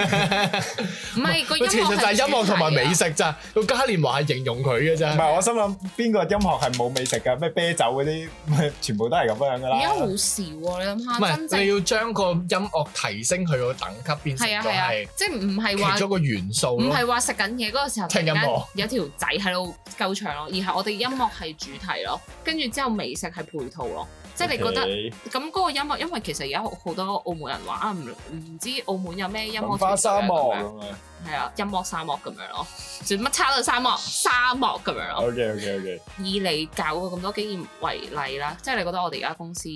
Speaker 3: 啊唔係個音樂
Speaker 4: 其實就係
Speaker 3: 係
Speaker 4: 音樂同埋
Speaker 3: 主題啊
Speaker 4: 美食咋，用嘉年華係形容佢嘅
Speaker 2: 唔
Speaker 3: 啊
Speaker 4: 咋。
Speaker 2: 係，我心諗邊個音樂係冇美食㗎？咩啤酒嗰啲， 咪全部都係咁樣㗎
Speaker 3: 啊而家好
Speaker 2: 啦。
Speaker 3: 少喎，你
Speaker 4: 唔
Speaker 3: 諗下真
Speaker 4: 係，
Speaker 3: 正
Speaker 4: 你要將個音樂提升佢個等級，變成
Speaker 3: 係啊
Speaker 4: 咗
Speaker 3: 係
Speaker 4: 係
Speaker 3: 啊，即係唔係話
Speaker 4: 其中一個元素
Speaker 3: 唔
Speaker 4: 咯。
Speaker 3: 係話食緊嘢嗰個時候突
Speaker 4: 聽
Speaker 3: 然
Speaker 4: 音
Speaker 3: 間
Speaker 4: 樂
Speaker 3: 有條仔喺度夠長咯，而係我哋音樂係主題咯，跟住之後美食係配套咯，即係你覺得。咁嗰個音樂，因為其實而家好多澳門人話啊，唔唔知澳門有咩音樂
Speaker 2: 文化
Speaker 3: 團隊啊
Speaker 2: 沙漠
Speaker 3: 咁樣
Speaker 2: 咁啊
Speaker 3: 係啊，音樂沙漠咁樣咯，就乜差到沙漠沙漠咁樣咯。
Speaker 2: ？OK OK OK，
Speaker 3: 以你搞過咁多經驗為例啦，即係你覺得我哋而家公司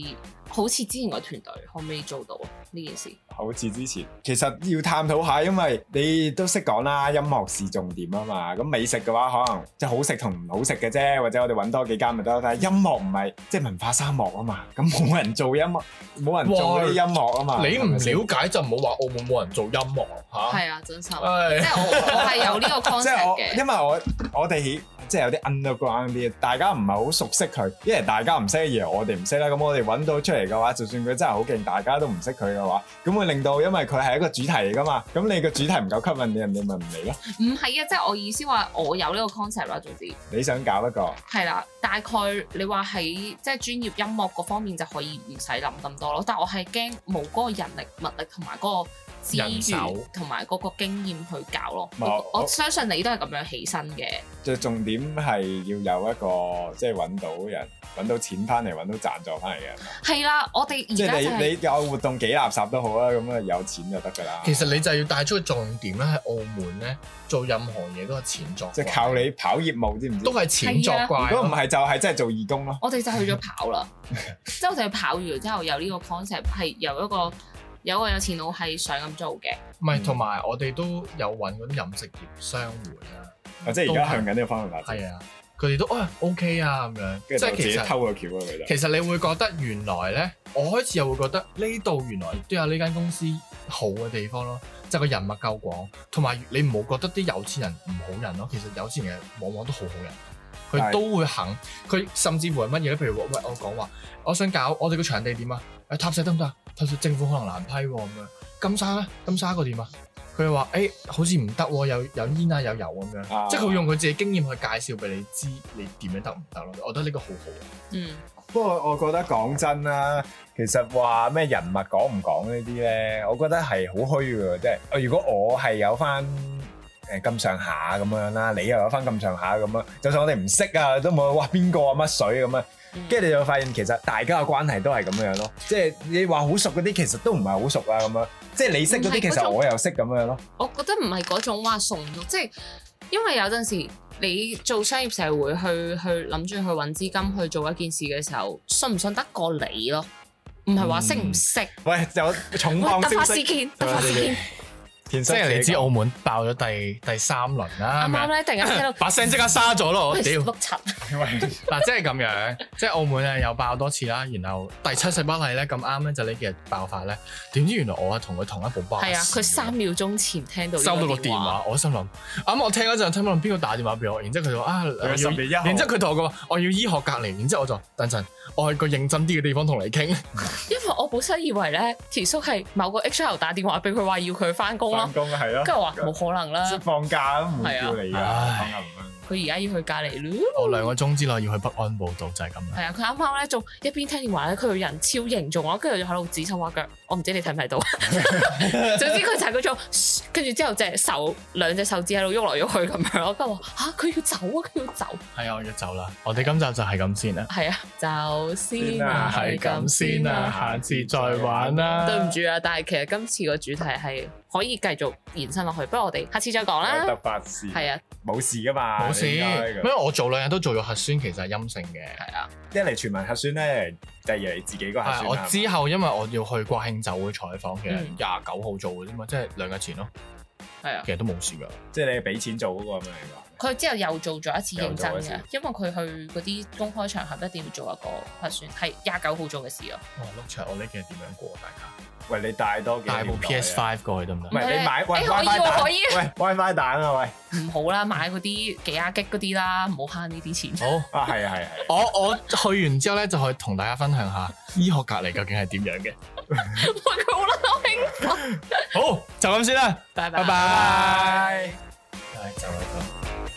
Speaker 3: 好似之前個團隊可唔可以做到呢件事？
Speaker 2: 好似之前其實要探討下，因為你都識講啦，音樂是重點啊嘛。咁美食嘅話，可能即係好食同唔好食嘅啫，或者我哋揾多幾間咪得咯。但係音樂唔係即係文化沙漠啊嘛，咁冇人做音樂，冇人做嗰啲音樂啊嘛。
Speaker 4: 你
Speaker 2: 係咪先
Speaker 4: 唔了解就唔好話澳門冇人做音樂嚇。
Speaker 3: 係啊，真心，即
Speaker 4: 唉
Speaker 3: 係我我係有呢個
Speaker 2: 即係
Speaker 3: concept
Speaker 2: 我，
Speaker 3: 嘅。
Speaker 2: 因為我我哋即係有啲 underground 啲，大家唔係好熟悉佢，因為大家唔識嘅嘢我哋唔識啦。咁我哋揾到出嚟嘅話，就算佢真係好勁，大家都唔識佢嘅話，咁會令到因為佢係一個主題嚟噶嘛，咁你個主題唔夠吸引你，人哋咪唔嚟咯。
Speaker 3: 唔係啊，即係我意思話，我有呢個 concept 啦，總之
Speaker 2: 你想搞一個
Speaker 3: 係啦。大概你話喺即係專業音樂嗰方面就可以唔使諗咁多咯。但我係驚冇嗰個人力、物力同埋嗰個
Speaker 4: 人
Speaker 3: 資
Speaker 4: 手
Speaker 3: 源同埋嗰個經驗去搞咯。
Speaker 2: 唔係
Speaker 3: 我
Speaker 2: 我
Speaker 3: 我相信你都係咁樣起身嘅，
Speaker 2: 最重點係要有一個即係揾到人揾到錢翻嚟，揾到贊助翻嚟嘅。
Speaker 3: 係啦。我哋而
Speaker 2: 即
Speaker 3: 家就
Speaker 2: 係你
Speaker 3: 係
Speaker 2: 你有活動幾垃圾都好啦，咁啊有錢就得㗎啦。
Speaker 4: 其實你就要帶出個重點啦，喺澳門咧做任何嘢都係錢作怪，
Speaker 2: 即係靠你跑業務，知唔知？
Speaker 4: 都係錢作
Speaker 3: 啊
Speaker 4: 怪
Speaker 2: 如果唔
Speaker 4: 咯。
Speaker 2: 係就係真係做義工咯。
Speaker 3: 我哋就去咗跑 啦。即係我哋去跑完之後有呢個 concept 係由一個有一個有錢佬係想咁做嘅。
Speaker 4: 唔係，同埋我哋都有揾嗰啲飲食業商會啦。
Speaker 2: 我即係而家向緊呢個方向發展，
Speaker 4: 係啊，佢哋都啊 OK 啊咁樣，
Speaker 2: 嗯
Speaker 4: 即
Speaker 2: 跟住就
Speaker 4: 係
Speaker 2: 自
Speaker 4: 其
Speaker 2: 己
Speaker 4: 實
Speaker 2: 偷個橋啊！佢就
Speaker 4: 其實你會覺得原來咧，我開始又會覺得呢度原來都有呢間公司好嘅地方咯，即係個人脈夠廣，同埋你唔好覺得啲有錢人唔好人咯。其實有錢人往往都好好人，佢
Speaker 2: 係
Speaker 4: 都會肯，佢甚至乎係乜嘢咧？譬如話，喂，我講話，我想搞我哋個場地點啊，誒塔石得唔得啊？塔石政府可能難批喎、咁樣，金沙咧，金沙個點啊？佢話：誒、好似唔得喎，有有煙啊，有油咁樣，
Speaker 2: 啊
Speaker 4: 即係佢會用佢自己經驗去介紹俾你知你點樣得唔得咯。我覺得呢個好好啊。
Speaker 3: 嗯，
Speaker 2: 不過我覺得講真啦，其實話咩人脈講唔講呢啲咧，我覺得係好虛嘅，即係如果我係有翻誒咁上下咁樣啦，你又有翻咁上下咁樣，就算我哋唔識啊，都冇哇邊個啊乜水咁啊，
Speaker 3: 嗯
Speaker 2: 跟住你就會發現其實大家嘅關係都係咁樣咯，即係你話好熟嗰啲其實都唔係好熟啊咁樣，即係你識嗰
Speaker 3: 唔係嗰
Speaker 2: 啲其實
Speaker 3: 種
Speaker 2: 我又識咁樣咯，
Speaker 3: 我覺得唔係嗰種話送咗，即係因為有陣時你做商業社會去去諗住去揾資金去做一件事嘅時候，信唔信得過你咯？唔係
Speaker 4: 嗯
Speaker 3: 話識唔識？
Speaker 2: 喂有重磅
Speaker 3: 喂，突
Speaker 2: 消
Speaker 3: 發事
Speaker 2: 息，
Speaker 3: 件，突發事 件，
Speaker 2: 即
Speaker 4: 即係你 知澳門爆咗第第三輪啦，
Speaker 3: 啱
Speaker 4: 咁
Speaker 3: 啱
Speaker 4: 樣
Speaker 3: 咧突然間聽到
Speaker 4: 把聲即刻沙咗咯， 我屌！
Speaker 3: 碌柒，
Speaker 4: 嗱，即係咁樣，即係澳門啊咧又爆多次啦，然後第七世不例咧咁啱咧就呢幾日爆發咧，點知原來我係同佢同一部巴士
Speaker 3: 係啊！佢三秒鐘前聽到呢
Speaker 4: 收到個
Speaker 3: 電
Speaker 4: 電話，我心諗啱我聽嗰陣聽到邊個打電話俾我，然之後佢就話啊，我要
Speaker 2: 十月一號
Speaker 4: 然之後佢同我講話我要醫學隔離，然之後我就等陣，我去個認真啲嘅地方同你傾，
Speaker 3: 因為我本身以為咧田叔係某個 HR 打電話俾佢話要佢翻工啦
Speaker 2: 翻，工係咯，
Speaker 3: 跟住我話冇可能啦
Speaker 2: 即係，放假都唔會叫你
Speaker 4: 係
Speaker 2: 㗎，
Speaker 4: 啊
Speaker 2: 放假唔翻。
Speaker 3: 佢而家要去隔離咯。
Speaker 4: 我兩個鐘之內要去北安報道就係咁啦。
Speaker 3: 係啊，佢啱啱咧仲一邊聽電話咧，佢個人超型仲啊，跟住就喺度指手畫腳。我唔知你睇唔睇到，總之佢就係嗰種，噓跟住之後隻手兩隻手指喺度喐來喐去咁樣咯。跟住我話嚇，佢要走啊，佢要走，
Speaker 4: 係啊，我要走啦，我哋今集就係咁先啦。
Speaker 3: 係啊，走先啊，
Speaker 2: 啊
Speaker 4: 係咁先啦，下次再玩啦。
Speaker 3: 對唔住啊，但係其實今次個主題係可以繼續延伸落去，不過我哋下次再講
Speaker 2: 有
Speaker 3: 啦
Speaker 2: 突。發事
Speaker 3: 係啊，
Speaker 2: 冇事噶嘛，
Speaker 4: 冇事，
Speaker 2: 你應該
Speaker 4: 因為我做兩日都做咗核酸，其實係陰性嘅。
Speaker 3: 係啊，
Speaker 2: 一嚟全民核酸咧，第二嚟自己個核酸
Speaker 4: 係
Speaker 2: 啦。
Speaker 4: 我之後因為我要去國慶酒會採訪，其實
Speaker 3: 嗯
Speaker 4: 廿九號做嘅啫嘛，即係兩日前咯，
Speaker 3: 係啊，
Speaker 4: 其實都冇事㗎。
Speaker 2: 即係你係俾錢做嗰個咁樣嚟講。
Speaker 3: 佢之後又做咗一次認真
Speaker 2: 又做
Speaker 3: 嘅
Speaker 2: 一次，
Speaker 3: 因為佢去嗰啲公開場合一定要做一個核酸，係廿九號做嘅事咯。
Speaker 4: 哇碌柒我呢幾日點樣過啊大家？
Speaker 2: 喂，你帶多幾
Speaker 4: 帶部
Speaker 2: 條袋啊
Speaker 4: PS Five 過去得唔得
Speaker 2: 唔？係你買喂
Speaker 3: 誒可以
Speaker 2: WiFi
Speaker 3: 喎
Speaker 2: 蛋，
Speaker 3: 可以
Speaker 2: 喂 WiFi 蛋啊喂，
Speaker 3: 唔好啦，買嗰啲幾廿激嗰啲啦，唔好慳呢啲錢。
Speaker 4: 好，
Speaker 2: 啊係啊係啊係啊，
Speaker 4: 我我去完之後咧，就可以同大家分享下醫學隔離究竟係點樣嘅。
Speaker 3: 哇佢 好啦，我興奮
Speaker 4: 好，就咁先啦，
Speaker 3: 拜
Speaker 4: 拜
Speaker 3: 拜。
Speaker 4: 拜。
Speaker 2: 拜。
Speaker 4: 係就係咁。